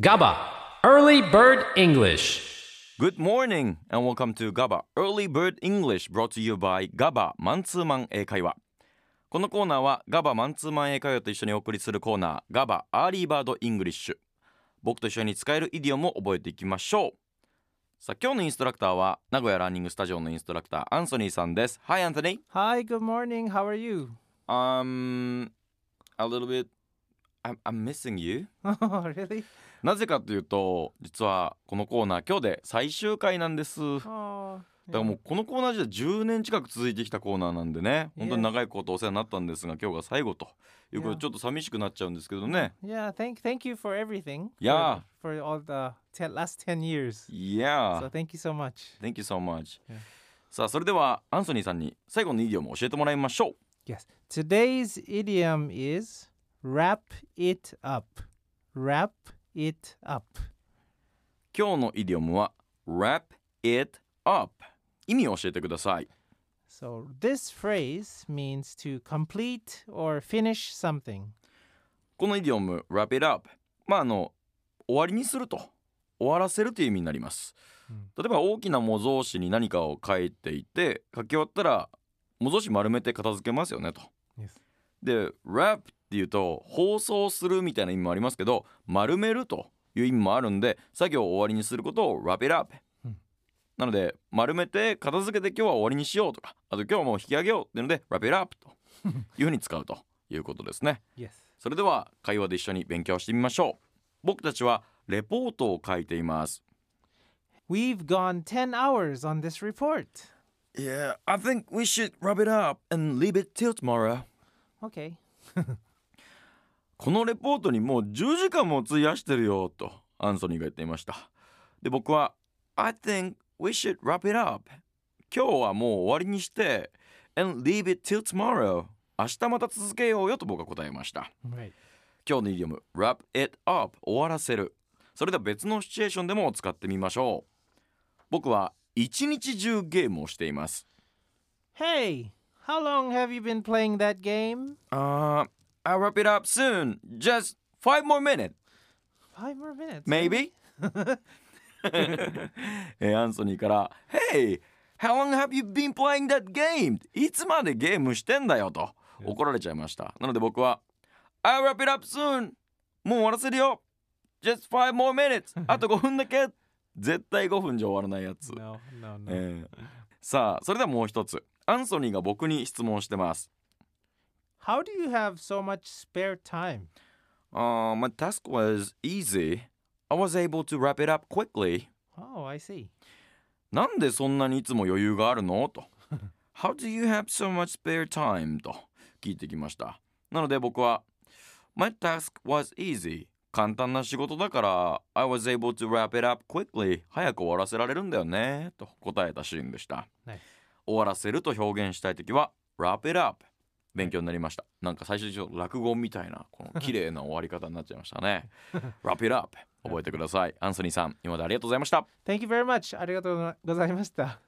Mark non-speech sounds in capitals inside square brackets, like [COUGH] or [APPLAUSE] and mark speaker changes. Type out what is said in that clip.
Speaker 1: GABA Early Bird English
Speaker 2: Good morning and welcome to GABA Early Bird English brought to you by GABA マンツーマン英会話このコーナーは GABA マンツーマン英会話と一緒にお送りするコーナー GABA アーリーバードイングリッシュ僕と一緒に使えるイディオムを覚えていきましょうさあ今日のインストラクターは名古屋ランニングスタジオのインストラクターアンソニーさんです Hi Anthony
Speaker 3: Hi, good morning. How are you? [LAUGHS]
Speaker 2: Um a little bit I'm, I'm missing you
Speaker 3: Oh, really?
Speaker 2: なぜかというと実はこのコーナー今日で最終回なんです
Speaker 3: Oh,
Speaker 2: だからもうこのコーナー自体10年近く続いてきたコーナーなんでね本当に長いことお世話になったんですが今日が最後ということで
Speaker 3: Yeah.
Speaker 2: ちょっと寂しくなっちゃうんですけどね
Speaker 3: yeah. Thank, thank you for everything. for-
Speaker 2: Yeah.
Speaker 3: For, all the te- last ten years. So
Speaker 2: Yeah
Speaker 3: thank you so much.
Speaker 2: Thank you so much
Speaker 3: Yeah.
Speaker 2: さあそれではアンソニーさんに最後のイディオムを教えてもらいましょう
Speaker 3: Yes. Today's idiom is wrap it up. Wrap it up.
Speaker 2: 今日のイディオムは Wrap it up 意味を教えてください
Speaker 3: So this phrase means to complete or finish something.
Speaker 2: このイディオム Wrap it up まああの終わりにすると終わらせるという意味になります
Speaker 3: うん
Speaker 2: 例えば大きな模造紙に何かを書いていて書き終わったら模造紙丸めて片付けますよねと
Speaker 3: Yes.
Speaker 2: で wrap っていうと包装するみたいな意味もありますけど丸めるという意味もあるんで作業を終わりにすることを wrap it up、
Speaker 3: うん
Speaker 2: なので丸めて片付けて今日は終わりにしようとかあと今日はもう引き上げようっていうので wrap it up というふうに使うということですね
Speaker 3: Yes.
Speaker 2: それでは会話で一緒に勉強してみましょう僕たちはレポートを書いています
Speaker 3: We've gone ten hours on this report.
Speaker 2: Yeah, I think we should wrap it up and leave it till tomorrow
Speaker 3: Okay.
Speaker 2: このレポートにもう10時間も費やしてるよとアンソニーが言っていましたで僕は I think we should wrap it up 今日はもう終わりにして and leave it till tomorrow 明日また続けようよと僕は答えました
Speaker 3: Right.
Speaker 2: 今日のイディオム wrap it up 終わらせるそれでは別のシチュエーションでも使ってみましょう僕は一日中ゲームをしています
Speaker 3: Hey, how long have you been playing that game?
Speaker 2: Uh, I'll wrap it up soon just five more minutes
Speaker 3: Five more minutes.
Speaker 2: Maybe? [LAUGHS] えーアンソニーから「Hey! How long have you been playing that game? いつまでゲームしてんだよ」と怒られちゃいましたなので僕は「I'll wrap it up soon! もう終わらせるよ Just five more
Speaker 3: [LAUGHS]
Speaker 2: minutes! あと5分だけ!」絶対5分じゃ終わらないやつ、
Speaker 3: No, no, no.
Speaker 2: えーさあそれではもう一つアンソニーが僕に質問してます
Speaker 3: How do you have so much spare time?
Speaker 2: Uh, my task was easy. I was able to wrap it up quickly.
Speaker 3: Oh, I see.
Speaker 2: なんでそんなにいつも余裕があるのと。How do you have so much spare time? と聞いてきました。なので僕は My task was easy. 簡単な仕事だから I was able to wrap it up quickly. 早く終わらせられるんだよね。と答えたシーンでした。
Speaker 3: Nice.
Speaker 2: 終わらせると表現したいときは wrap it up。勉強になりました。なんか最初にちょっと落語みたいなこの綺麗な終わり方になっちゃいましたね。wrap it up。覚えてください。アンソニーさん、今までありがとうございました。
Speaker 3: Thank you very much. ありがとうございました。